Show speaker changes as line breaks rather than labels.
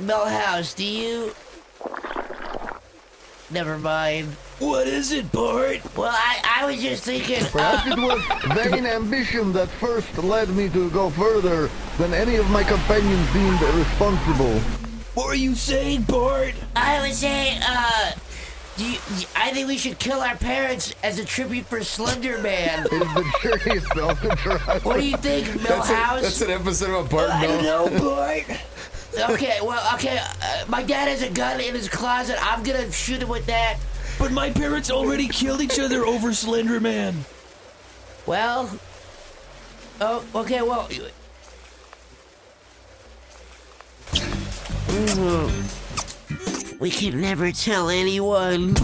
Bellhouse, do you? Never mind.
What is it, Bart?
Well, I, I was just thinking.
Perhaps
Uh,
it was vain ambition that first led me to go further than any of my companions deemed responsible.
What are you saying, Bart?
I would say, uh, do you, I think we should kill our parents as a tribute for Slender Man.
It is the journey itself that drives
what do
us.
you think,
That's, a, that's
Millhouse?
an episode of Bart
I don't
Mills.
know, Bart.
okay, well, okay. Uh, my dad has a gun in his closet. I'm gonna shoot him with that.
But my parents already killed each other over Slender Man.
Well, oh, okay. Well, Mm-hmm. we can never tell anyone.